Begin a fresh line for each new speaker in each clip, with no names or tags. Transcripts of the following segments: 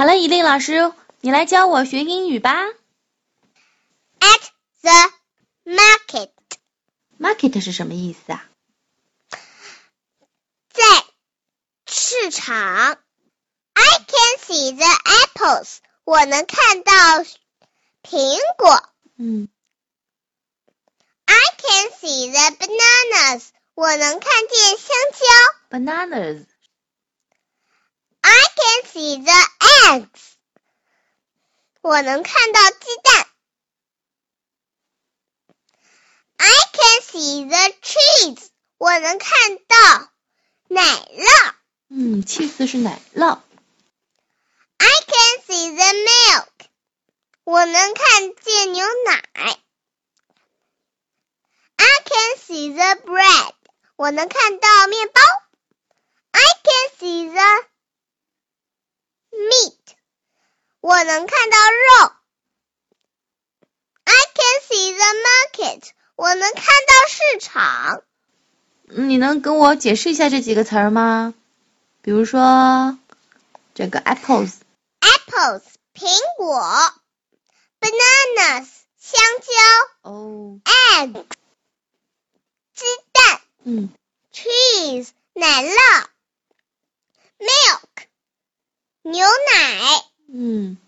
好了，一令老师，你来教我学英语吧。
At the market，
Market 是什么意思啊？
在市场。I can see the apples，我能看到苹果。
嗯
I can see the bananas，我能看见香蕉。
，bananas。
I can see the eggs，我能看到鸡蛋。I can see the cheese，我能看到奶酪。
嗯，cheese 是奶酪。
I can see the milk，我能看见牛奶。I can see the bread，我能看到面包。I can see the meat，我能看到肉。I can see the market，我能看到市场。
你能跟我解释一下这几个词儿吗？比如说这个 apples，
Apples，苹果；bananas，香蕉
哦，
；egg，鸡蛋。
嗯
cheese 奶酪，milk 牛奶
嗯，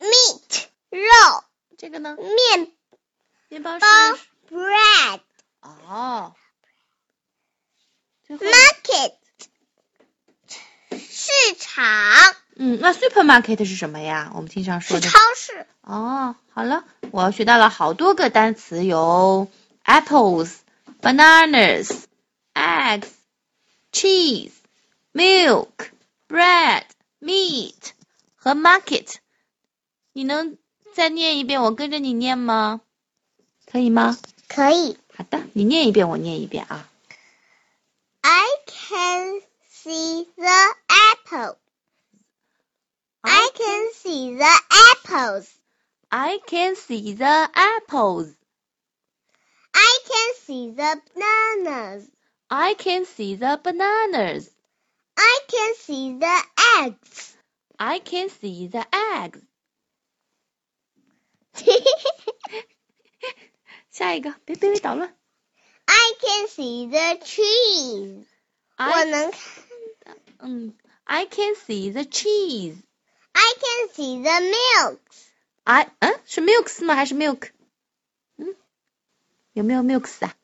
，meat 肉，
这个呢？
面
面包是
包，bread
哦，最后
market 市场
嗯，那 supermarket 是什么呀？我们经常说
是
的
超市
哦。好了，我学到了好多个单词，有 apples、bananas、eggs、cheese、milk、bread、meat 和 market。你能再念一遍，我跟着你念吗？可以吗？
可以。
好的，你念一遍，我念一遍啊。
I can see the apple. I can see the apples.
I can see the apples.
I can see the bananas.
I can see the bananas.
I can see the eggs.
I can see the eggs. 下一个，别别别捣乱。
I can see the trees，我
I
能看。
嗯，I can see the cheese.
I can see the milk，
I 嗯是 milks 吗？还是 milk？嗯，有没有 milks 啊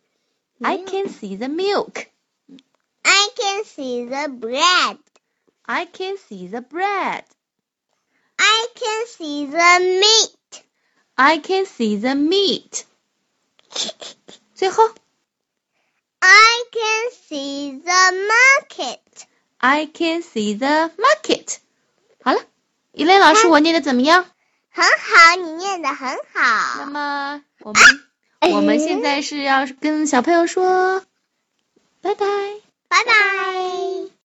？I
没有
can see the milk.
I can see the bread，
I can see the bread.
I can see the meat。
I can see the meat. 最后
I can see the market。
，I can see the market. 好了，伊莲老师，
嗯
我念的怎么样？
很好，你念的很
那
好。
么我们我们现在是要跟小朋友说拜拜。
拜拜。